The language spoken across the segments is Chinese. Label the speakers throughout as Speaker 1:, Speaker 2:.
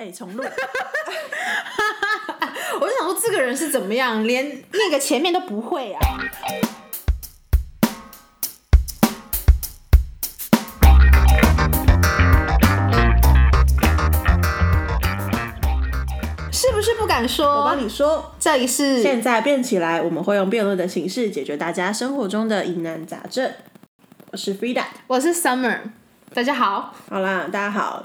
Speaker 1: 哎、重录。
Speaker 2: 我就想说这个人是怎么样，连那个前面都不会啊。是不是不 敢
Speaker 1: 我
Speaker 2: 说
Speaker 1: 帮？你说，
Speaker 2: 这里是
Speaker 1: 现在变起来，我们会用辩论的形式解决大家生活中的疑难杂症。我是 Frida，
Speaker 2: 我是 Summer，大家好。
Speaker 1: 好啦，大家 好。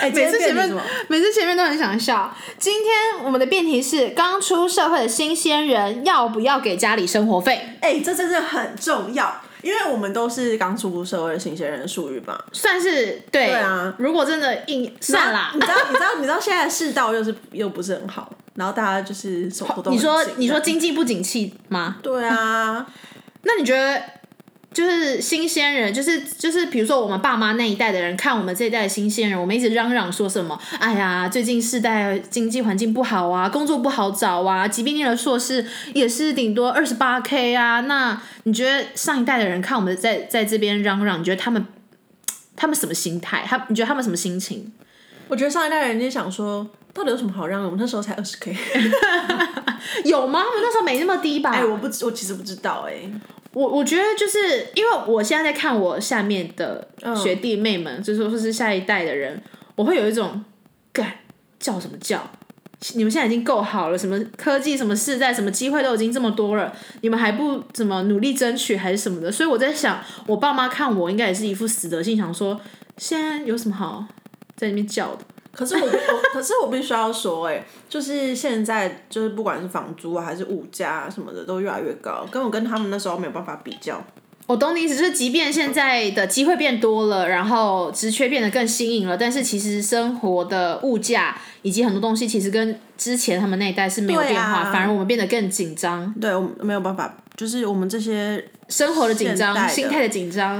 Speaker 1: 哎、今天
Speaker 2: 每次
Speaker 1: 辩题
Speaker 2: 前面
Speaker 1: 什么？
Speaker 2: 每次前面都很想笑。今天我们的辩题是：刚出社会的新鲜人要不要给家里生活费？
Speaker 1: 哎、这真的很重要，因为我们都是刚出社会的新鲜人，属于嘛。
Speaker 2: 算是对
Speaker 1: 对啊
Speaker 2: 如果真的硬算啦
Speaker 1: 你，知道，你知道，你知道现在世道又是又不是很好，然后大家就是手头都
Speaker 2: 你说
Speaker 1: 很紧
Speaker 2: 你说经济不景气吗？
Speaker 1: 对啊，
Speaker 2: 那你觉得就是新鲜人，就是就是比如说我们爸妈那一代的人看我们这一代的新鲜人，我们一直嚷嚷说什么？哎呀，最近世代经济环境不好啊，工作不好找啊，即便念了硕士也是顶多二十八 k 啊。那你觉得上一代的人看我们在在这边嚷嚷，你觉得他们他们什么心态？他你觉得他们什么心情？
Speaker 1: 我觉得上一代人就想说，到底有什么好让的？我们那时候才二十 K。
Speaker 2: 有吗？我们那时候没那么低吧？
Speaker 1: 哎、我不知，我其实不知道哎、
Speaker 2: 我我觉得就是因为我现在在看我下面的学弟妹们，就是说是下一代的人，我会有一种干叫什么叫？你们现在已经够好了，什么科技、什么世代、什么机会都已经这么多了，你们还不怎么努力争取还是什么的？所以我在想，我爸妈看我应该也是一副死德性，想说现在有什么好在那边叫的？
Speaker 1: 可是我不，我可是我必须要说、哎，就是现在就是不管是房租啊还是物价、啊、什么的，都越来越高，跟我跟他们那时候没有办法比较。
Speaker 2: 我懂你意思，就是即便现在的机会变多了，然后职缺变得更新颖了，但是其实生活的物价以及很多东西，其实跟之前他们那一代是没有
Speaker 1: 对啊
Speaker 2: 变化，反而我们变得更紧张，
Speaker 1: 对，我们没有办法，就是我们这些
Speaker 2: 生活的紧
Speaker 1: 现代
Speaker 2: 张，
Speaker 1: 的
Speaker 2: 心态的紧张，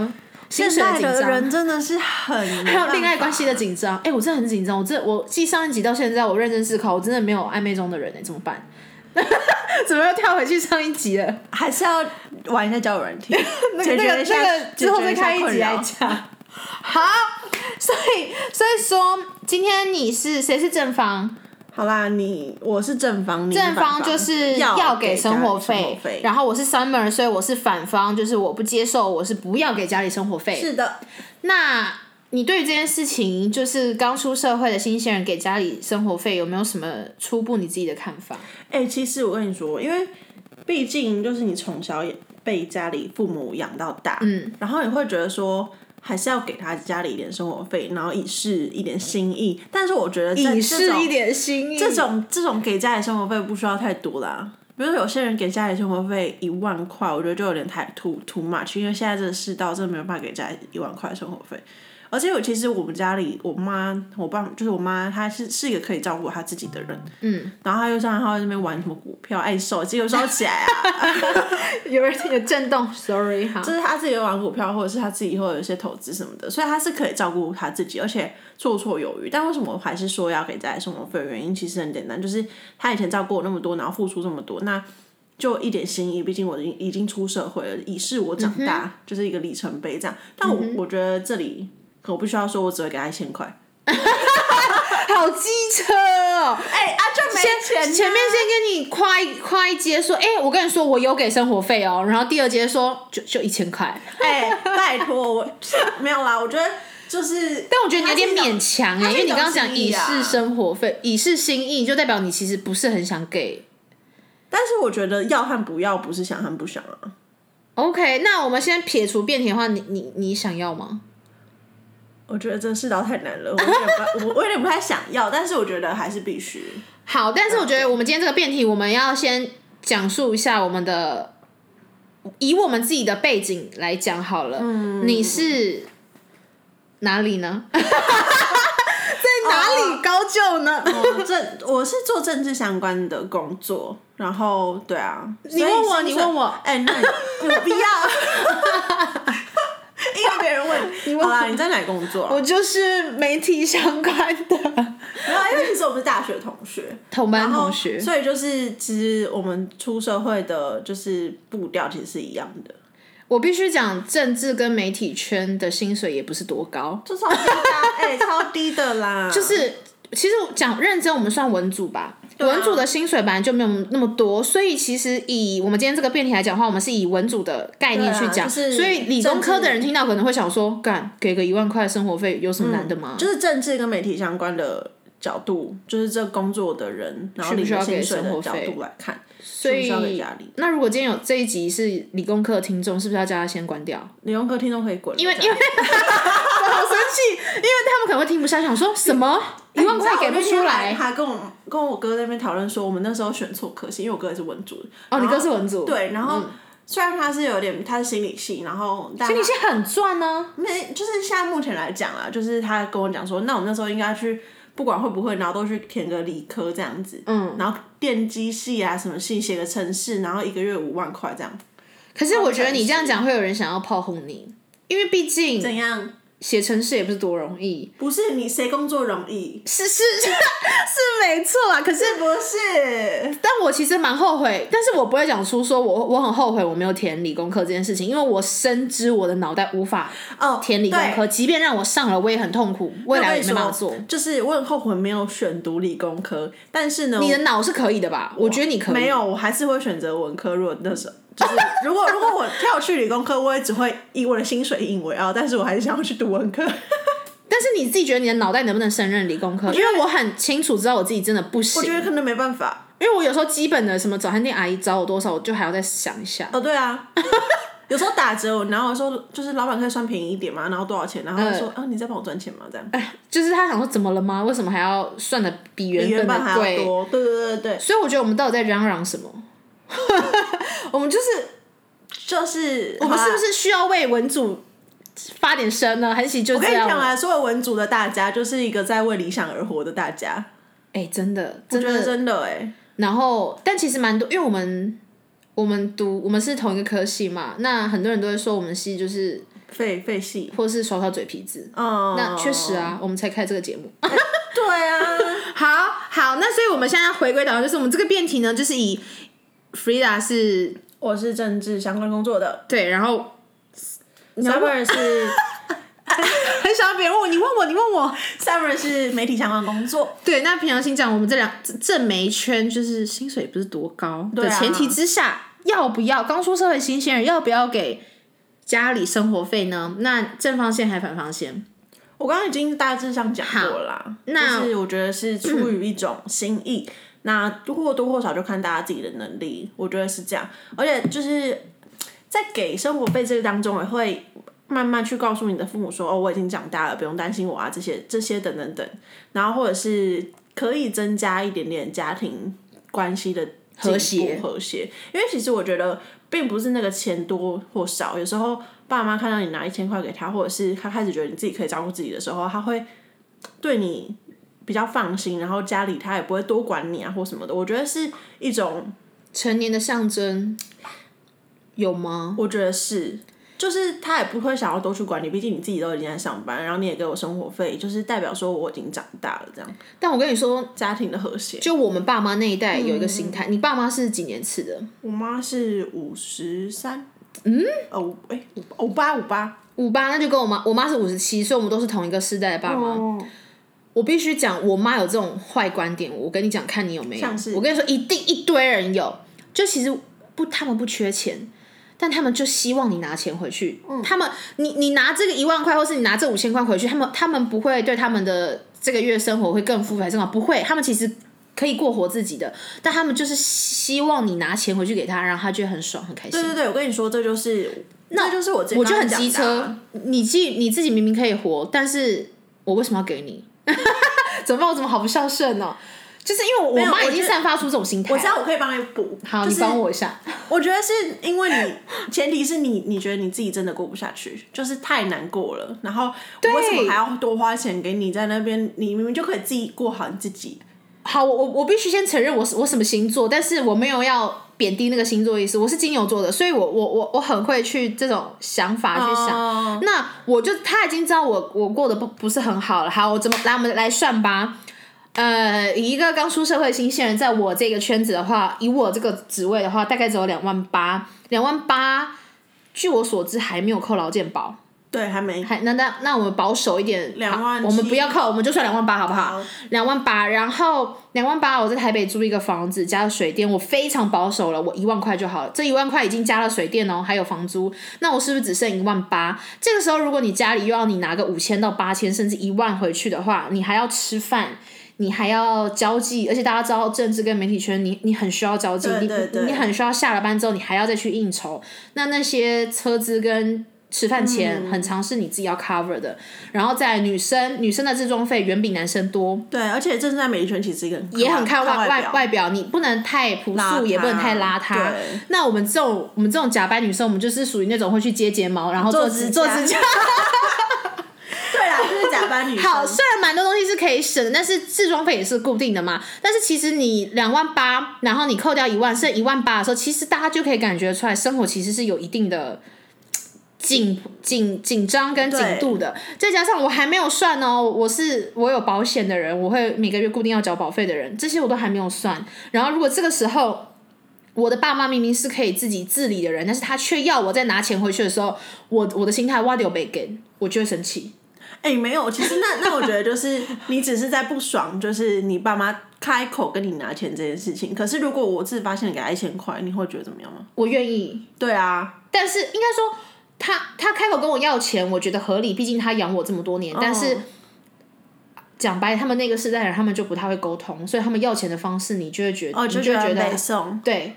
Speaker 2: 薪
Speaker 1: 现
Speaker 2: 水
Speaker 1: 代
Speaker 2: 紧
Speaker 1: 的
Speaker 2: 张。
Speaker 1: 人真的是很
Speaker 2: 还
Speaker 1: 还
Speaker 2: 有恋爱关系的紧张，哎、我真的很紧张。我这我继上一集到现在，我认真思考，我真的没有暧昧中的人哎、怎么办？ 怎么又跳回去上一集了？
Speaker 1: 还是要玩一下交友软体， 解
Speaker 2: 那
Speaker 1: 决
Speaker 2: 个
Speaker 1: 一下啊
Speaker 2: 那个之后再开一集来。
Speaker 1: 解决下困扰
Speaker 2: 讲。好，所以所以说，今天你是谁是正方？
Speaker 1: 好啦，你我是正方，你是
Speaker 2: 正
Speaker 1: 反
Speaker 2: 方
Speaker 1: 方
Speaker 2: 就是
Speaker 1: 要
Speaker 2: 给
Speaker 1: 生
Speaker 2: 生活
Speaker 1: 费
Speaker 2: 费，，然后我是 Summer，所以我是反方，就是我不接受，我是不要给家里生活费。
Speaker 1: 是的，
Speaker 2: 那你对于这件事情，就是刚出社会的新鲜人给家里生活费，有没有什么初步你自己的看法？
Speaker 1: 哎、其实我跟你说，因为毕竟就是你从小也被家里父母养到大，嗯，然后你会觉得说。还是要给他家里一点生活费，然后以示一点心意。但是我觉得在这种
Speaker 2: 点心意，
Speaker 1: 这种这种给家里生活费不需要太多啦。比如说有些人给家里生活费一万块，我觉得就有点太 too too much，因为现在这个世道真的没有办法给家里一万块生活费。而且我其实我们家里，我妈、我爸，就是我妈，她是是一个可以照顾她自己的人，嗯，然后她又像她会在那边玩什么股票，哎，手机有时候起来啊，
Speaker 2: 有人有震动，sorry 哈，
Speaker 1: 就是她自己会玩股票，或者是她自己会有一些投资什么的，所以她是可以照顾她自己，而且绰绰有余。但为什么我还是说要给家里生活费？原因其实很简单，就是她以前照顾我那么多，然后付出这么多，那就一点心意。毕竟我已经已经出社会了，以示我长大、
Speaker 2: 嗯
Speaker 1: 就是一个里程碑这样。但我、我觉得这里可我不需要说，我只会给她一千块。
Speaker 2: 好机车哦，
Speaker 1: 哎、啊， 就没
Speaker 2: 前前
Speaker 1: 啊
Speaker 2: 面先跟你夸一夸一阶说，哎、我跟你说我有给生活费哦，然后第二阶说就就一千块，
Speaker 1: 哎、拜托我没有啦，我觉得就是，
Speaker 2: 但我觉得你有
Speaker 1: 它
Speaker 2: 点
Speaker 1: 是一种
Speaker 2: 勉强哎、
Speaker 1: 它是
Speaker 2: 因为
Speaker 1: 一种
Speaker 2: 你刚刚讲以
Speaker 1: 心意
Speaker 2: 示
Speaker 1: 啊
Speaker 2: 生活费、以示心意，就代表你其实不是很想给。
Speaker 1: 但是我觉得要和不要不是想和不想啊。
Speaker 2: OK，那我们先撇除辩题的话，你你你想要吗？
Speaker 1: 我觉得这世道太难了，我有点不，我我有点不太 想要，但是我觉得还是必须。
Speaker 2: 好，但是我觉得我们今天这个辩题，我们要先讲述一下我们的，以我们自己的背景来讲好了。嗯，你是哪里呢？在哪里高就呢？
Speaker 1: 我政哦我是做政治相关的工作，然后对啊，你
Speaker 2: 问我你问我
Speaker 1: 哎、那你我不 要，因为别人问你
Speaker 2: 问我
Speaker 1: 好啦，你在哪里工作、啊？
Speaker 2: 我就是媒体相关的
Speaker 1: 没有，因为其实我们是大学同学，
Speaker 2: 同班
Speaker 1: 然后
Speaker 2: 同学。
Speaker 1: 所以就是其实我们出社会的就是步调其实是一样 的，
Speaker 2: 我必须讲，政治跟媒体圈的薪水也不是多高，
Speaker 1: 就超低的啊，哎、超低的啦，就
Speaker 2: 就是其实讲认真，我们算文组吧。
Speaker 1: 对啊
Speaker 2: 文组的薪水本来就没有那么多，所以其实以我们今天这个辩题来讲的话，我们是以文组的概念去
Speaker 1: 对啊
Speaker 2: 讲，
Speaker 1: 就是
Speaker 2: 所以理工科
Speaker 1: 政治
Speaker 2: 的人听到可能会想说，干给个一万块生活费有什么难的吗？
Speaker 1: 就是政治跟媒体相关的角度，就是这工作的人，然后
Speaker 2: 需不
Speaker 1: 领
Speaker 2: 需要
Speaker 1: 的
Speaker 2: 给
Speaker 1: 薪水
Speaker 2: 生活
Speaker 1: 的角
Speaker 2: 费
Speaker 1: 度来看，
Speaker 2: 所
Speaker 1: 需
Speaker 2: 以
Speaker 1: 不需要给压力
Speaker 2: 那如果今天有这一集是理工科的听众，是不是要叫他先关掉？
Speaker 1: 理工科听众可以滚了，
Speaker 2: 因为
Speaker 1: 这
Speaker 2: 因
Speaker 1: 样
Speaker 2: 为我好生气，因为他们可能会听不下去，想说什么
Speaker 1: 哎
Speaker 2: 一万块给不出来。
Speaker 1: 还跟我跟我哥在那边讨论说，我们那时候选错科系，因为我哥也是文组的。
Speaker 2: 哦，你哥是文组，嗯
Speaker 1: 对，然后、虽然他是有点，他是心理系，然后但
Speaker 2: 所以你现在很赚呢、
Speaker 1: 没就是现在目前来讲啦，就是他跟我讲说，那我们那时候应该去，不管会不会，然后都去填个理科这样子，嗯，然后电机系啊什么系写个程式，然后一个月五万块这样，
Speaker 2: 可是我觉得你这样讲会有人想要炮轰你，因为毕竟
Speaker 1: 怎样？
Speaker 2: 写程式也不是多容易。
Speaker 1: 不是你谁工作容易？
Speaker 2: 是是是没错啦，可是
Speaker 1: 是不是？
Speaker 2: 但我其实蛮后悔，但是我不会讲出说我我很后悔我没有填理工科这件事情，因为我深知我的脑袋无法
Speaker 1: 哦，
Speaker 2: 填理工科，即便让我上了，我也很痛苦，
Speaker 1: 对。
Speaker 2: 未
Speaker 1: 我
Speaker 2: 来
Speaker 1: 跟
Speaker 2: 也
Speaker 1: 你
Speaker 2: 没办法
Speaker 1: 说
Speaker 2: 做。，
Speaker 1: 就是我很后悔没有选读理工科，但是呢，
Speaker 2: 你的脑是可以的吧？我觉得你可以。
Speaker 1: 没有，我还是会选择文科。如果那时候就是 如果如果我跳去理工科，我也只会以我的薪水引为傲，但是我还是想要去读文 科。
Speaker 2: 但是你自己觉得你的脑袋能不能胜任理工科？因为我很清楚知道我自己真的不行
Speaker 1: 我，觉得可能没办法。
Speaker 2: 因为我有时候基本的什么早餐店阿姨找我多少，我就还要再想一下。
Speaker 1: 哦，对啊，有时候打折，我然后我说就是老板可以算便宜一点嘛，然后多少钱？然后他说
Speaker 2: 嗯
Speaker 1: 啊，你在帮我赚钱吗？这样
Speaker 2: 就是他想说怎么了吗？为什么还要算的比原
Speaker 1: 原
Speaker 2: 本
Speaker 1: 本
Speaker 2: 的
Speaker 1: 还要
Speaker 2: 贵？
Speaker 1: 多。对对对对对，
Speaker 2: 所以我觉得我们到底在嚷嚷什么？ 我们就是
Speaker 1: 就是
Speaker 2: 我们是
Speaker 1: 好
Speaker 2: 不？
Speaker 1: 啦
Speaker 2: 是需要为文组发点声呢？还是其实就
Speaker 1: 我跟
Speaker 2: 这
Speaker 1: 你
Speaker 2: 样
Speaker 1: 讲
Speaker 2: 了？
Speaker 1: 啊，所有文组的大家就是一个在为理想而活的大家，
Speaker 2: 哎、真的，
Speaker 1: 我
Speaker 2: 真
Speaker 1: 觉得
Speaker 2: 的。
Speaker 1: 真的哎、
Speaker 2: 然后，但其实蛮多，因为我们我们读我们是同一个科系嘛，那很多人都会说我们系就是
Speaker 1: 费费戏，
Speaker 2: 或是耍耍嘴皮子。
Speaker 1: 嗯，
Speaker 2: 那确实，啊，我们才开这个节目。
Speaker 1: 对啊。
Speaker 2: 好好，那所以我们现在回归到就是我们这个辩题呢，就是以 Frida 是
Speaker 1: 我是政治相关工作的
Speaker 2: 对，然后
Speaker 1: ，Summer 是
Speaker 2: 很想要别人问我，你问我，你问我，
Speaker 1: Summer 是媒体相关工作，
Speaker 2: 对，那平常心讲，我们这两这正媒圈就是薪水也不是多高
Speaker 1: 对
Speaker 2: 的
Speaker 1: 啊
Speaker 2: 前提之下，要不要刚出社会新鲜人要不要给家里生活费呢？那正方线还反方线？
Speaker 1: 我刚刚已经大致上讲过了啦。
Speaker 2: 那
Speaker 1: 就是我觉得是出于一种心意，那或多或少就看大家自己的能力，我觉得是这样。而且就是在给生活费这个当中，也会慢慢去告诉你的父母说：“哦，我已经长大了，不用担心我啊。”这些这些等等等，然后或者是可以增加一点点家庭关系的进步
Speaker 2: 和谐
Speaker 1: 和谐。因为其实我觉得并不是那个钱多或少，有时候爸妈看到你拿一千块给他，或者是他开始觉得你自己可以照顾自己的时候，他会对你比较放心，然后家里他也不会多管你啊或什么的。我觉得是一种，
Speaker 2: 成年的象征有吗？
Speaker 1: 我觉得是。就是他也不会想要多去管你，毕竟你自己都已经在上班，然后你也给我生活费，就是代表说我已经长大了，这样
Speaker 2: 但我跟你说，
Speaker 1: 家庭的和谐。
Speaker 2: 就我们爸妈那一代
Speaker 1: 嗯
Speaker 2: 有一个心态，你爸妈是几年次的？
Speaker 1: 我妈是五十三，嗯，哦，五哎，五八五八，
Speaker 2: 五八，那就跟我妈，我妈是五十七，所以我们都是同一个世代的爸妈。
Speaker 1: 哦，
Speaker 2: 我必须讲，我妈有这种坏观点，我跟你讲，看你有没有
Speaker 1: 像是。
Speaker 2: 我跟你说，一定一堆人有。就其实不，他们不缺钱，但他们就希望你拿钱回去。
Speaker 1: 嗯
Speaker 2: 他们，你你拿这个一万块，或是你拿这五千块回去，他们他们不会对他们的这个月生活会更富裕还是更好，不会，他们其实。可以过活自己的，但他们就是希望你拿钱回去给他，然后他就很爽很开心
Speaker 1: 对。对对，我跟你说，这就是，那就是我自己
Speaker 2: 我就
Speaker 1: 刚
Speaker 2: 很
Speaker 1: 刚讲
Speaker 2: 机
Speaker 1: 的啊
Speaker 2: 车，你自己你自己明明可以活，但是我为什么要给你？ 怎么办？我怎么好不孝顺呢、就是因为我我
Speaker 1: 有我
Speaker 2: 妈已
Speaker 1: 觉
Speaker 2: 经
Speaker 1: 得
Speaker 2: 散发出这种心态
Speaker 1: 我知。道我可以帮你补，
Speaker 2: 好，
Speaker 1: 就
Speaker 2: 你
Speaker 1: 是
Speaker 2: 帮我一下。
Speaker 1: 我觉得是因为你，前提是你你觉得你自己真的过不下去，就是太难过了。然后我为什么还要多花钱给你在那边？你明明就可以自己过好你自己。
Speaker 2: 好，我我我必须先承认我是我什么星座，但是我没有要贬低那个星座的意思。我是金牛座的，所以我我我我很会去这种想法去想。
Speaker 1: 哦
Speaker 2: 那我就他已经知道我我过得不不是很好了。好，我怎么来我们来算吧。呃，以一个刚出社会的新鲜人，在我这个圈子的话，以我这个职位的话，大概只有两万八，两万八，据我所知还没有扣劳健保。
Speaker 1: 对，还没
Speaker 2: 还那那那我们保守一点，
Speaker 1: 两万
Speaker 2: 好我们
Speaker 1: 七
Speaker 2: 不要扣，我们就算两万八好不好？两万八，然后两万八，我在台北租一个房子，加了水电，我非常保守了，我一万块就好了。这一万块已经加了水电哦，还有房租，那我是不是只剩一万八？这个时候，如果你家里又要你拿个五千到八千，甚至一万回去的话，你还要吃饭。你还要交际，而且大家知道政治跟媒体圈，你你很需要交际，
Speaker 1: 对
Speaker 2: 你
Speaker 1: 对对
Speaker 2: 你很需要下了班之后，你还要再去应酬。那那些车资跟吃饭钱，
Speaker 1: 嗯
Speaker 2: 很常是你自己要 cover 的。然后在女生，女生的自装费远比男生多，
Speaker 1: 对，而且正在美圈其实一个
Speaker 2: 也很看
Speaker 1: 看外
Speaker 2: 外外外表，你不能太朴素，也不能太邋遢。
Speaker 1: 对
Speaker 2: 那我们这种我们这种假扮女生，我们就是属于那种会去接睫毛，然后做指做
Speaker 1: 做
Speaker 2: 指
Speaker 1: 指
Speaker 2: 甲
Speaker 1: 甲。 对啦，就是假扮女生。
Speaker 2: 好，虽然蛮多东西是可以省的，但是自装费也是固定的嘛。但是其实你两万八，然后你扣掉一万，剩一万八的时候，其实大家就可以感觉出来，生活其实是有一定的紧紧紧张跟紧度的。再加上我还没有算哦，我是我有保险的人，我会每个月固定要缴保费的人，这些我都还没有算。然后如果这个时候。我的爸妈明明是可以自己自理的人，但是他却要我在拿钱回去的时候，我我的心态挖掉被给，我就会生气。
Speaker 1: 哎、没有，其实那那我觉得就是你只是在不爽，就是你爸妈开口跟你拿钱这件事情。可是如果我自己发现给他一千块，你会觉得怎么样吗？
Speaker 2: 我愿意，
Speaker 1: 对啊，
Speaker 2: 但是应该说他他开口跟我要钱，我觉得合理，毕竟他养我这么多年。但是
Speaker 1: 嗯
Speaker 2: 讲白，他们那个世代人，他们就不太会沟通，所以他们要钱的方式，你就会觉得，
Speaker 1: 哦，
Speaker 2: 你
Speaker 1: 就
Speaker 2: 就会觉
Speaker 1: 被
Speaker 2: 得
Speaker 1: 送，
Speaker 2: 对，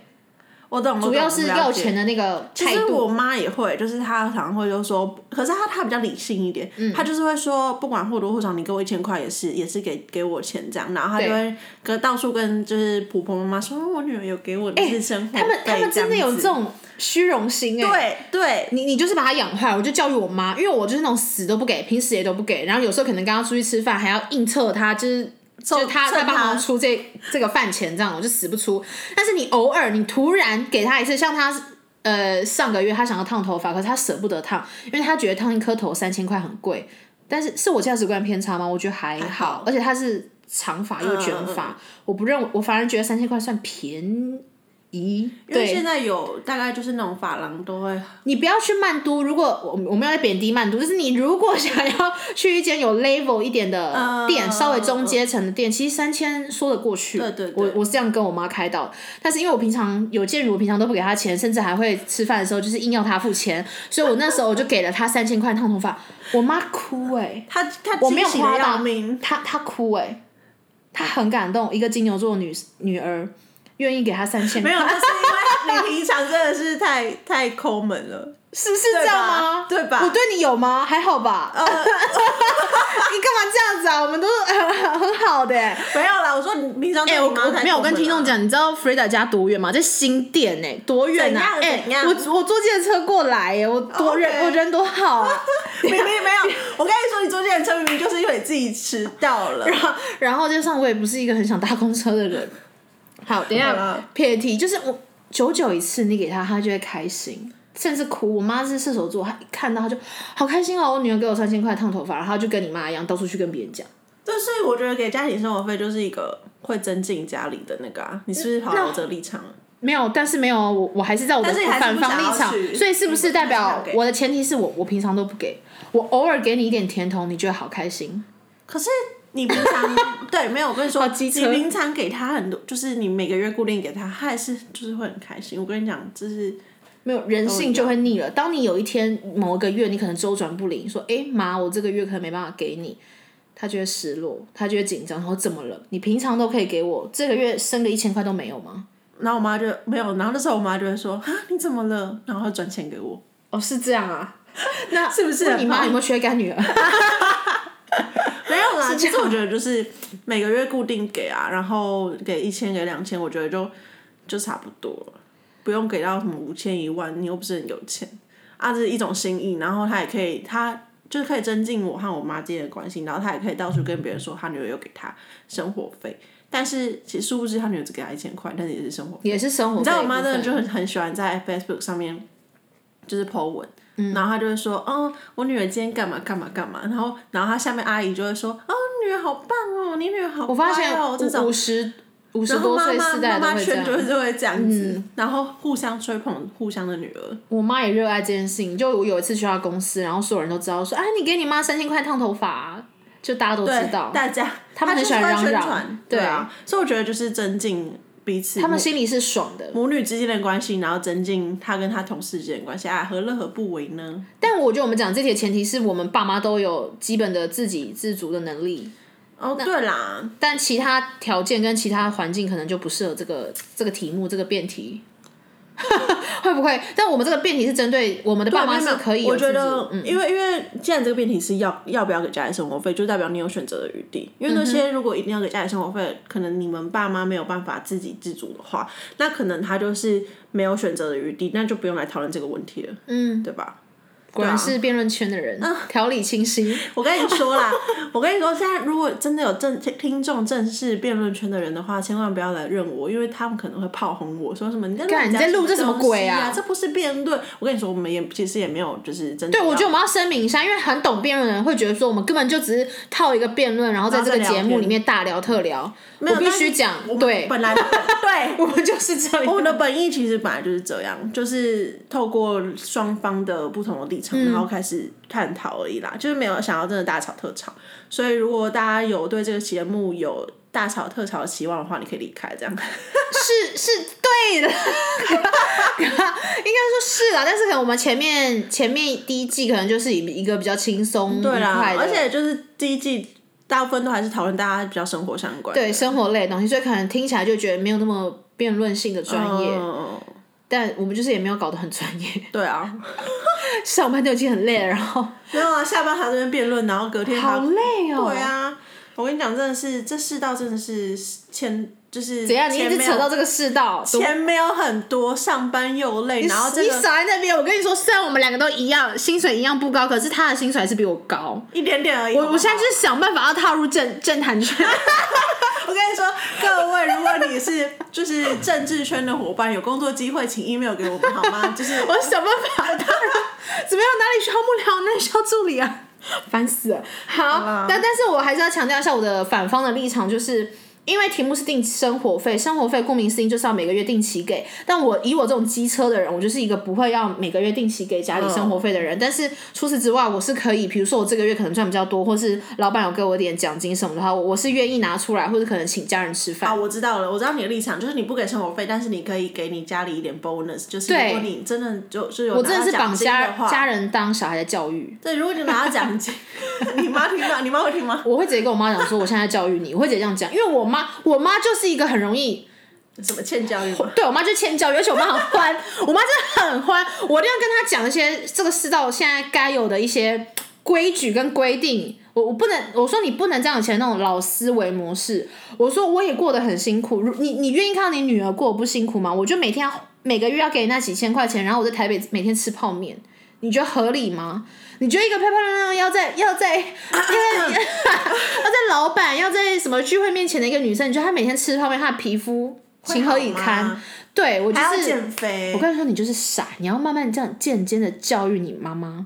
Speaker 1: 我懂，
Speaker 2: 主要是要钱
Speaker 1: 的。
Speaker 2: 的那个
Speaker 1: 其
Speaker 2: 态
Speaker 1: 实
Speaker 2: 度。
Speaker 1: 我妈也会，就是她常常会就说，可是她她比较理性一点，
Speaker 2: 嗯
Speaker 1: 她就是会说不管或多或少，你给我一千块也是也是给给我钱这样，然后她就会跟到处跟就是婆婆妈妈说，哦我女儿有给我就是生活
Speaker 2: 哎他们
Speaker 1: 费
Speaker 2: 他们真的
Speaker 1: 样
Speaker 2: 有
Speaker 1: 子
Speaker 2: 这种虚荣心哎、
Speaker 1: 对对，
Speaker 2: 你你就是把他养坏，我就教育我妈，因为我就是那种死都不给，平时也都不给，然后有时候可能跟他出去吃饭还要硬凑他，就是就是他
Speaker 1: 凑
Speaker 2: 他
Speaker 1: 他
Speaker 2: 帮忙出这这个饭钱，这样我就死不出。但是你偶尔你突然给他一次，像他呃上个月他想要烫头发，可是他舍不得烫，因为他觉得烫一颗头三千块很贵。但是是我价值观偏差吗？我觉得还好，
Speaker 1: 还好
Speaker 2: 而且他是长发又卷发，
Speaker 1: 嗯嗯
Speaker 2: 我不认为，我反而觉得三千块算便宜。
Speaker 1: 因为
Speaker 2: 对
Speaker 1: 现在有大概就是那种发廊都会，
Speaker 2: 你不要去曼都，如果我我们要在贬低曼都，就是你如果想要去一间有 level 一点的
Speaker 1: 嗯
Speaker 2: 店，稍微中阶层的店，其实三千说得过去。
Speaker 1: 对对对
Speaker 2: 我我是这样跟我妈开导，但是因为我平常有见如我平常都不给她钱，甚至还会吃饭的时候就是硬要她付钱，所以我那时候我就给了她三千块烫头发，我妈哭哎、
Speaker 1: 她她
Speaker 2: 我没有
Speaker 1: 惊喜得
Speaker 2: 夸
Speaker 1: 要
Speaker 2: 大
Speaker 1: 命，
Speaker 2: 她她哭哎、她很感动，一个金牛座女女儿愿意给她三千，
Speaker 1: 没有，就是因为你平常真的是太太抠门了。
Speaker 2: 是是这样吗？
Speaker 1: 对吧对吧
Speaker 2: 我对你有吗？还好吧。 你干嘛这样子啊？我们都是很很好的、欸。
Speaker 1: 没有啦，我说你平常
Speaker 2: 哎、
Speaker 1: 对
Speaker 2: 我
Speaker 1: 你妈
Speaker 2: 我
Speaker 1: 太
Speaker 2: 没有我跟
Speaker 1: 抠门啊
Speaker 2: 听众
Speaker 1: 了，
Speaker 2: 讲，你知道 Freda 家多远吗？在新店哎、多远啊！
Speaker 1: 怎样
Speaker 2: 哎、
Speaker 1: 怎样
Speaker 2: 我我坐电车过来哎、我多人
Speaker 1: OK
Speaker 2: 我人多好啊！
Speaker 1: 明明没 有。我跟你说，你坐计程车明明就是因为你自己迟到了。
Speaker 2: 然后加上我也不是一个很想搭公车的人。好，等一
Speaker 1: 好
Speaker 2: 下
Speaker 1: 了
Speaker 2: 撇题，就是我久久一次，你给他，他就会开心，甚至哭。我妈是射手座，她一看到她就好开心哦，我女儿给我三千块烫头发，然后她就跟你妈一样，到处去跟别人讲。
Speaker 1: 对，所以我觉得给家庭生活费就是一个会增进家里的那个啊。你是不是跑
Speaker 2: 那
Speaker 1: 我这立场？
Speaker 2: 没有，但是没有，我我还是在我的
Speaker 1: 但是你还是
Speaker 2: 反
Speaker 1: 不
Speaker 2: 方
Speaker 1: 想要
Speaker 2: 立场，
Speaker 1: 去
Speaker 2: 所以是不是代表
Speaker 1: 你不想给
Speaker 2: 我的前提是我我平常都不给，我偶尔给你一点甜头，你就会好开心。
Speaker 1: 可是你平常对没有？我跟你说，
Speaker 2: 好机
Speaker 1: 你
Speaker 2: 车
Speaker 1: 平常给他很多，就是你每个月固定给他，他还是就是会很开心。我跟你讲，就是
Speaker 2: 没有人性就会腻了。当你有一天某一个月你可能周转不灵，说诶妈，我这个月可能没办法给你，他就会失落，他就会紧张，然后怎么了？你平常都可以给我，这个月升个一千块都没有吗？
Speaker 1: 然后我妈就没有，然后那时候我妈就会说啊你怎么了？然后她转钱给我。
Speaker 2: 哦，是这样 啊。那
Speaker 1: 是不啊是
Speaker 2: 问你妈有没有缺干女儿？
Speaker 1: 没有啦，其实我觉得就是每个月固定给啊，然后给一千给两千，我觉得就就差不多了，不用给到什么五千一万，你又不是很有钱啊，这是一种心意，然后他也可以，他就是可以增进我和我妈之间的关系，然后他也可以到处跟别人说他女儿有给他生活费，但是其实殊不知他女儿只给他一千块，但是也是生活费
Speaker 2: 也是生活费的
Speaker 1: 你
Speaker 2: 部分。
Speaker 1: 知道我妈真的就很很喜欢在 Facebook 上面就是 po 文，
Speaker 2: 嗯
Speaker 1: 然后她就会说，哦，我女儿今天干嘛干嘛干嘛，然后然后她下面阿姨就会说，哦，你女儿好棒哦，你女儿好、哦，
Speaker 2: 我发现
Speaker 1: 哦这种
Speaker 2: 五十五十
Speaker 1: 然后
Speaker 2: 多
Speaker 1: 妈
Speaker 2: 岁
Speaker 1: 妈
Speaker 2: 世代
Speaker 1: 妈
Speaker 2: 都
Speaker 1: 妈
Speaker 2: 会这
Speaker 1: 圈就
Speaker 2: 样。嗯
Speaker 1: 是会这样子，然后互相吹捧互相的女儿。
Speaker 2: 我妈也热爱这件事情，就我有一次去她公司，然后所有人都知道说，哎，你给你妈三千块烫头发啊，就大家都知道，
Speaker 1: 大家
Speaker 2: 他们很
Speaker 1: 就是
Speaker 2: 喜欢
Speaker 1: 在宣
Speaker 2: 嚷嚷
Speaker 1: 传，
Speaker 2: 对
Speaker 1: 啊，所以我觉得就是增进彼此
Speaker 2: 他们
Speaker 1: 母
Speaker 2: 心里是爽的。
Speaker 1: 母女之间的关系，然后增进他跟他同事之间的关系，啊，何乐何不为呢？
Speaker 2: 但我觉得我们讲这些前提是我们爸妈都有基本的自给自足的能力，
Speaker 1: 哦，对啦，
Speaker 2: 但其他条件跟其他环境可能就不适合这个这个题目这个辩题。 会不会？但我们这个辩题是针对我们的爸妈
Speaker 1: 没有
Speaker 2: 是可以有
Speaker 1: 我
Speaker 2: 自
Speaker 1: 觉
Speaker 2: 己，
Speaker 1: 得，
Speaker 2: 嗯，
Speaker 1: 因为因为既然这个辩题是要要不要给家里生活费，就代表你有选择的余地。因为
Speaker 2: 嗯
Speaker 1: 那些如果一定要给家里生活费，可能你们爸妈没有办法自给自足的话，那可能他就是没有选择的余地，那就不用来讨论这个问题了，嗯，对吧？
Speaker 2: 果然是辩论圈的人，条理清晰。
Speaker 1: 我跟你说 啦，我跟你说，现在如果真的有正听众正式辩论圈的人的话，千万不要来认我，因为他们可能会炮轰我说什么你在录
Speaker 2: 干
Speaker 1: 人家
Speaker 2: 你在录这什么鬼
Speaker 1: 东西
Speaker 2: 啊
Speaker 1: 啊？这不是辩论。我跟你说，我们也其实也没有就是真的。
Speaker 2: 对，我觉得我
Speaker 1: 啊
Speaker 2: 们要声明一下，因为很懂辩论的人会觉得说，我们根本就只是套一个辩论，然后在这个
Speaker 1: 然后再
Speaker 2: 节
Speaker 1: 聊
Speaker 2: 目
Speaker 1: 天
Speaker 2: 里面大聊特聊。我必须讲
Speaker 1: 我，们
Speaker 2: 对，
Speaker 1: 本来对。
Speaker 2: 我们就是这
Speaker 1: 我
Speaker 2: 样。
Speaker 1: 们的本意其实本来就是这样，就是透过双方的不同的立
Speaker 2: 嗯
Speaker 1: 场，然后开始探讨而已啦，就是没有想要真的大吵特吵。所以如果大家有对这个节目有大吵特吵的期望的话，你可以离开这样。
Speaker 2: 是是对的，应该说是啦、但是可能我们前面前面第一季可能就是以一个比较轻松
Speaker 1: 对
Speaker 2: 愉
Speaker 1: 啦
Speaker 2: 快，的
Speaker 1: 而且就是第一季大部分都还是讨论大家比较生活相关的，
Speaker 2: 对生活类的东西，所以可能听起来就觉得没有那么辩论性的专业，
Speaker 1: 嗯，
Speaker 2: 但我们就是也没有搞得很专业，
Speaker 1: 对啊，
Speaker 2: 上班就已经很累了，然后
Speaker 1: 没有啊，下班还在那边辩论，然后隔天还
Speaker 2: 好累哦。
Speaker 1: 对啊，我跟你讲，真的是这世道真的是前就是
Speaker 2: 怎样？你一
Speaker 1: 钱
Speaker 2: 直
Speaker 1: 没有
Speaker 2: 扯到这个世道，
Speaker 1: 钱没有很多，上班又累，然后这
Speaker 2: 你
Speaker 1: 个
Speaker 2: 少在那边。我跟你说，虽然我们两个都一样，薪水一样不高，可是他的薪水还是比我高。
Speaker 1: 一点点而已。
Speaker 2: 我我现在
Speaker 1: 就
Speaker 2: 就是想办法要踏入政政坛圈。
Speaker 1: 我跟你说，各位，如果你是就是政治圈的伙伴，有工作机会，请 email 给我们好 吗？就是
Speaker 2: 我想办法当然怎么样？哪里需要幕僚，哪里需要助理啊？ 烦死了！好，
Speaker 1: 啦
Speaker 2: 但但是我还是要强调一下我的反方的立场，就是因为题目是定生活费，生活费顾名思义就是要每个月定期给。但我以我这种机车的人，我就是一个不会要每个月定期给家里生活费的
Speaker 1: 嗯
Speaker 2: 人。但是除此之外，我是可以，比如说我这个月可能赚比较多，或是老板有给我一点奖金什么的话，我我是愿意拿出来，或者可能请家人吃饭
Speaker 1: 啊，。我知道了，我知道你的立场，就是你不给生活费，但是你可以给你家里一点 bonus，就是
Speaker 2: 对
Speaker 1: 如果你真的就就有
Speaker 2: 我真的是
Speaker 1: 拿到奖
Speaker 2: 绑
Speaker 1: 金
Speaker 2: 家
Speaker 1: 的话，
Speaker 2: 家人当小孩的教育。
Speaker 1: 对，如果你拿到奖金， 你妈听吗？你妈会听吗？
Speaker 2: 我会直接跟我妈讲说，我现在在教育你，我会直接这样讲，因为我妈，我妈就是一个很容易，
Speaker 1: 什么欠教育吗？
Speaker 2: 对我妈就欠教育，而且我妈很欢，我妈真的很欢，我一定要跟她讲一些这个世道现在该有的一些规矩跟规定。我我不能，我说你不能这样，以前那种老思维模式。我说我也过得很辛苦，如你你愿意看到你女儿过得不辛苦吗？我就每天要每个月要给你那几千块钱，然后我在台北每天吃泡面，你觉得合理吗？你觉得一个漂漂亮亮要在要在 要在老板要在什么聚会面前的一个女生，你觉得她每天吃泡面，她的皮肤情何以
Speaker 1: 好
Speaker 2: 堪
Speaker 1: 吗？
Speaker 2: 对我就
Speaker 1: 还要
Speaker 2: 是，
Speaker 1: 减肥。
Speaker 2: 我跟你说，你就是傻，你要慢慢这样渐渐的教育你妈妈。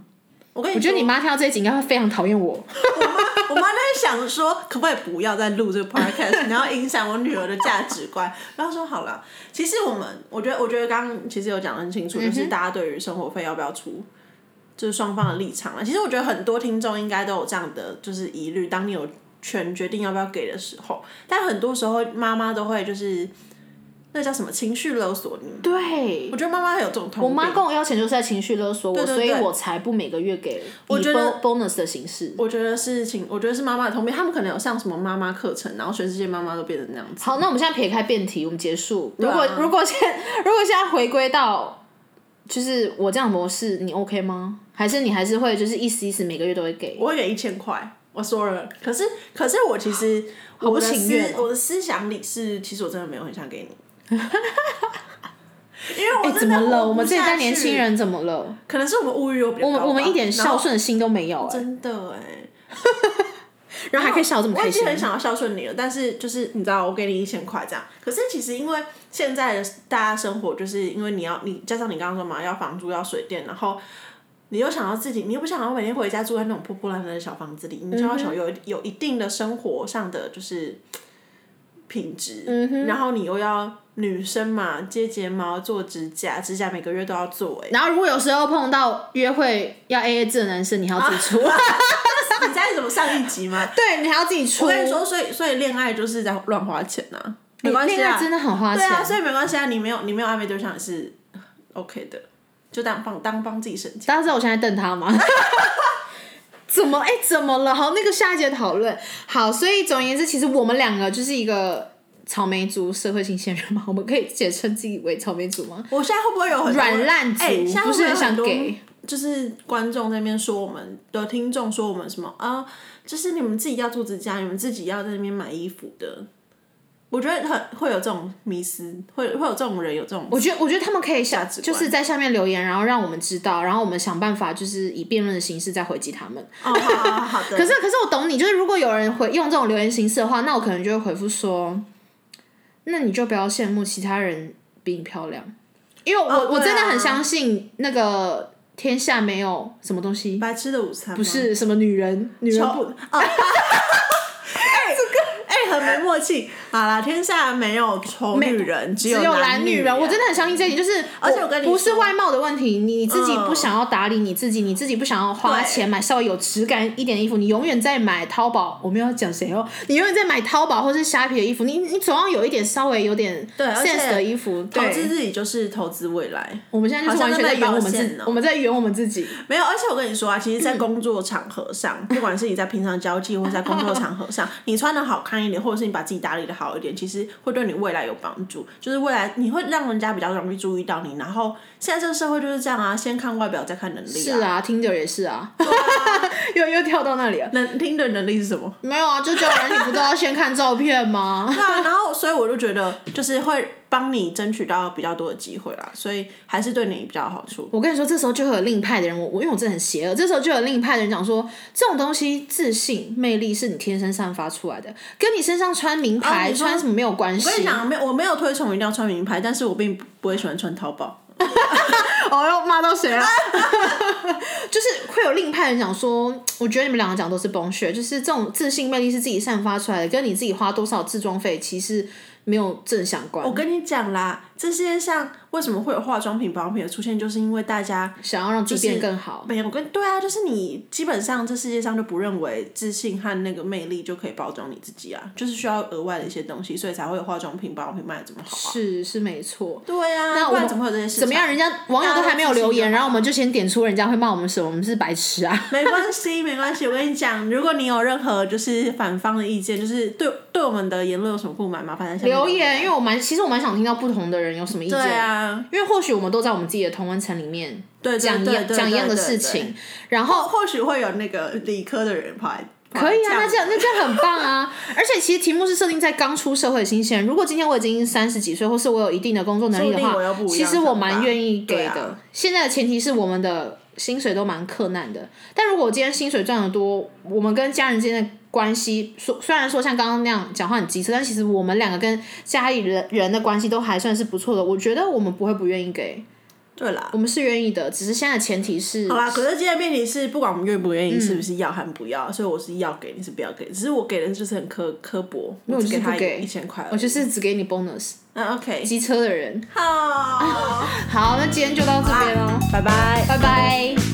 Speaker 1: 我跟
Speaker 2: 我
Speaker 1: 你
Speaker 2: 觉
Speaker 1: 说，
Speaker 2: 得你妈听到这一集应该会非常讨厌我。
Speaker 1: 我妈在想说，可不可以不要再录这个 podcast，然后影响我女儿的价值观。然后说好了，其实我们，我觉得，我觉得刚刚其实有讲得很清楚，
Speaker 2: 嗯
Speaker 1: 就是大家对于生活费要不要出。就是双方的立场了。其实我觉得很多听众应该都有这样的就是疑虑，当你有权决定要不要给的时候，但很多时候妈妈都会就是那叫什么情绪勒索你。
Speaker 2: 对
Speaker 1: 我，觉得妈妈有这种通病。
Speaker 2: 我妈跟我要钱就是在情绪勒索我，
Speaker 1: 对对
Speaker 2: 所以
Speaker 1: 对
Speaker 2: 我才不每个月给
Speaker 1: 我
Speaker 2: 以
Speaker 1: 觉得
Speaker 2: bon- bonus 的形式。
Speaker 1: 我觉得是情，我觉得是妈妈的通病，他们可能有上什么妈妈课程，然后全世界妈妈都变成那样子。
Speaker 2: 好，那我们现在撇开辩题，我们结束。如
Speaker 1: 啊
Speaker 2: 果、如果现如果现在回归到就是我这样的模式，你 OK 吗？还是你还是会就是一丝一丝每个月都会给？
Speaker 1: 我会给一千块，我说了。可是，可是我其实我的
Speaker 2: 不情
Speaker 1: 思
Speaker 2: 愿哦
Speaker 1: 我的思想里是，其实我真的没有很想给你， 哎因为我
Speaker 2: 哎、
Speaker 1: 真
Speaker 2: 怎
Speaker 1: 的
Speaker 2: 么
Speaker 1: 活
Speaker 2: 了？
Speaker 1: 不
Speaker 2: 我们这一
Speaker 1: 下
Speaker 2: 代年
Speaker 1: 去
Speaker 2: 轻，人怎么了？
Speaker 1: 可能是我们物欲又比较
Speaker 2: 我们
Speaker 1: 高
Speaker 2: 我们
Speaker 1: 吧
Speaker 2: 一点
Speaker 1: 然
Speaker 2: 孝
Speaker 1: 后
Speaker 2: 顺的心都没有、哎，
Speaker 1: 真的哎、
Speaker 2: 然后还可以笑得这么
Speaker 1: 我
Speaker 2: 开
Speaker 1: 已
Speaker 2: 心
Speaker 1: 经，很想要孝顺你了，但是就是你知道，我给你一千块这样。可是其实因为现在的大家生活，就是因为你要你加上你刚刚说嘛，要房租要水电，然后你又想要自己，你又不想要每天回家住在那种破破烂烂的小房子里，你就要求有有一定的生活上的就是品质，
Speaker 2: 嗯
Speaker 1: 然后你又要女生嘛，接睫毛、做指甲，指甲每个月都要做、欸，
Speaker 2: 然后如果有时候碰到约会要 A A 制的男生，你还要自己出，
Speaker 1: 哎，你在怎么上一集吗？
Speaker 2: 对你还要自己出。
Speaker 1: 啊我跟你说，所以所以恋爱就是在乱花钱呐、没关系
Speaker 2: 恋
Speaker 1: 啊，
Speaker 2: 爱真的很花
Speaker 1: 对
Speaker 2: 钱。
Speaker 1: 啊，所以没关系啊，你没有你没有暧昧对象也是 OK 的，就当帮当帮自己省钱。
Speaker 2: 大家知道我现在瞪他吗？ 怎么？哎、怎么了？好，那个下一节讨论。好，所以总而言之，其实我们两个就是一个草莓族社会新鲜人嘛，我 们可以简称自己为草莓族吗？
Speaker 1: 我现在会不会有很多
Speaker 2: 软烂族
Speaker 1: 哎现在会
Speaker 2: 不是
Speaker 1: 会有
Speaker 2: 很想
Speaker 1: 多
Speaker 2: 给
Speaker 1: 就是观众那边说我们的听众说我们什么啊、就是你们自己要做指甲，你们自己要在那边买衣服的。我觉得很会有这种迷思，会会有这种人有这种
Speaker 2: 我觉得，我觉得他们可以下，
Speaker 1: 价值观
Speaker 2: 就是在下面留言，然后让我们知道，然后我们想办法，就是以辩论的形式再回击他们。
Speaker 1: 哦，好好好 好的。
Speaker 2: 可是，可是我懂你，就是如果有人回用这种留言形式的话，那我可能就会回复说，那你就不要羡慕其他人比你漂亮，因为我、
Speaker 1: 哦对啊
Speaker 2: 我真的很相信那个天下没有什么东西
Speaker 1: 白吃的午餐不
Speaker 2: 不是什么女人，女人不
Speaker 1: 哦， 哎、哎、很没默契。好啦，天下没有丑女人，只
Speaker 2: 只
Speaker 1: 男
Speaker 2: 有
Speaker 1: 啊
Speaker 2: 男女人，
Speaker 1: 人。
Speaker 2: 我真的很相信这一点，就是
Speaker 1: 而且我跟你
Speaker 2: 不是
Speaker 1: 说
Speaker 2: 外貌的问题，你你自己
Speaker 1: 嗯
Speaker 2: 不想要打理你自己，你自己不想要花
Speaker 1: 对
Speaker 2: 钱买稍微有质感一点的衣服，你永远在买淘宝，我们要讲谁哦？你永远在买淘宝或是虾皮的衣服，你你总要有一点稍微有点
Speaker 1: 对而且
Speaker 2: sense 的衣服。
Speaker 1: 投资
Speaker 2: 对，
Speaker 1: 自己就是投资未来。
Speaker 2: 我们现在就是
Speaker 1: 好
Speaker 2: 完
Speaker 1: 像
Speaker 2: 全在圆我
Speaker 1: 在
Speaker 2: 们自
Speaker 1: 保
Speaker 2: 己
Speaker 1: 险哦，
Speaker 2: 我们在圆我们自己。
Speaker 1: 没有，而且我跟你说啊，其实，在工作场合上，不管是你在平常交际，或者在工作场合上，你穿的好看一点，或者是你把自己打理的好一点，其实会对你未来有帮助。就是未来你会让人家比较容易注意到你。然后现在这个社会就是这样啊，先看外表，再看能力
Speaker 2: 是
Speaker 1: 啊。
Speaker 2: 啊，Tinder 也是啊， 又又跳到那里了。
Speaker 1: 能听的能力是什么？
Speaker 2: 没有啊，就交友软体不都要先看照片吗？
Speaker 1: 对啊，然后所以我就觉得，就是会帮你争取到比较多的机会啦，所以还是对你比较有好处。
Speaker 2: 我跟你说，这时候就会有另一派的人，我我因为我真的很邪恶，这时候就有另一派的人讲说，这种东西自信魅力是你天生散发出来的，跟你身上穿名
Speaker 1: 哦
Speaker 2: 牌、
Speaker 1: 你说
Speaker 2: 穿什么没有关系。
Speaker 1: 我跟你讲，没有，我没有推崇一定要穿名牌，但是我并不不会喜欢穿淘宝。
Speaker 2: 哦，又骂到谁了？ 就是会有另一派人讲说，我觉得你们两个讲都是崩血，就是这种自信魅力是自己散发出来的，跟你自己花多少自装费其实没有正相关。
Speaker 1: 我跟你讲啦，这世界上为什么会有化妆品、保养品的出现，就是因为大家
Speaker 2: 想要让自己变更好，
Speaker 1: 没有跟对啊，就是你基本上这世界上就不认为自信和那个魅力就可以包装你自己啊，就是需要额外的一些东西，所以才会有化妆品、保养品卖的这么好啊。
Speaker 2: 是是没错。
Speaker 1: 对呀、
Speaker 2: 那
Speaker 1: 不
Speaker 2: 我
Speaker 1: 然
Speaker 2: 们
Speaker 1: 怎么会有这些事情？啊
Speaker 2: 怎么样？人家网友都还没有
Speaker 1: 大家
Speaker 2: 留
Speaker 1: 都自信就啊
Speaker 2: 言，
Speaker 1: 好
Speaker 2: 然后我们就先点出人家会骂我们什么，我们是白痴啊。
Speaker 1: 没关 系，没关系。我跟你讲，如果你有任何就是反方的意见，就是对对我们的言论有什么不满，麻烦在下面
Speaker 2: 留言，因
Speaker 1: 言
Speaker 2: 为我蛮其实我蛮想听到不同的人有什么意见，
Speaker 1: 对啊，
Speaker 2: 因为或许我们都在我们自己的同温层里面
Speaker 1: 对
Speaker 2: 讲一样讲一样的
Speaker 1: 对对对对对
Speaker 2: 事。情，然
Speaker 1: 或
Speaker 2: 后
Speaker 1: 或许会有那个理科的人跑来，
Speaker 2: 可以啊，那
Speaker 1: 跑来
Speaker 2: 这样那这样很棒 啊！而且其实题目是设定在刚出社会的新鲜人，如果今天我已经三十几岁，或是我有一定的工作能力的
Speaker 1: 说不定我又
Speaker 2: 话
Speaker 1: 不一，样
Speaker 2: 其实我蛮愿意给
Speaker 1: 对
Speaker 2: 的。
Speaker 1: 啊
Speaker 2: 现在的前提是我们的薪水都蛮克难的，但如果我今天薪水赚得多，我们跟家人之间的关系，说虽然说像刚刚那样讲话很机车，但其实我们两个跟家里人人的关系都还算是不错的。我觉得我们不会不愿意给，
Speaker 1: 对啦
Speaker 2: 我。们是愿意的，只是现在的前提是
Speaker 1: 好啦，可是今天辩题是不管我们愿不愿
Speaker 2: 嗯
Speaker 1: 意，是不是要和不要，所以我是要给，你是不要给，只是我给的就是很刻刻薄，
Speaker 2: 因为我
Speaker 1: 只
Speaker 2: 就
Speaker 1: 给
Speaker 2: 是不
Speaker 1: 他
Speaker 2: 给
Speaker 1: 一千块而已，
Speaker 2: 我就是只给你 bonus，
Speaker 1: 嗯 OK，
Speaker 2: 机车的人。
Speaker 1: 好，
Speaker 2: 好，那今天就到这边喽。
Speaker 1: 拜拜。
Speaker 2: 拜拜。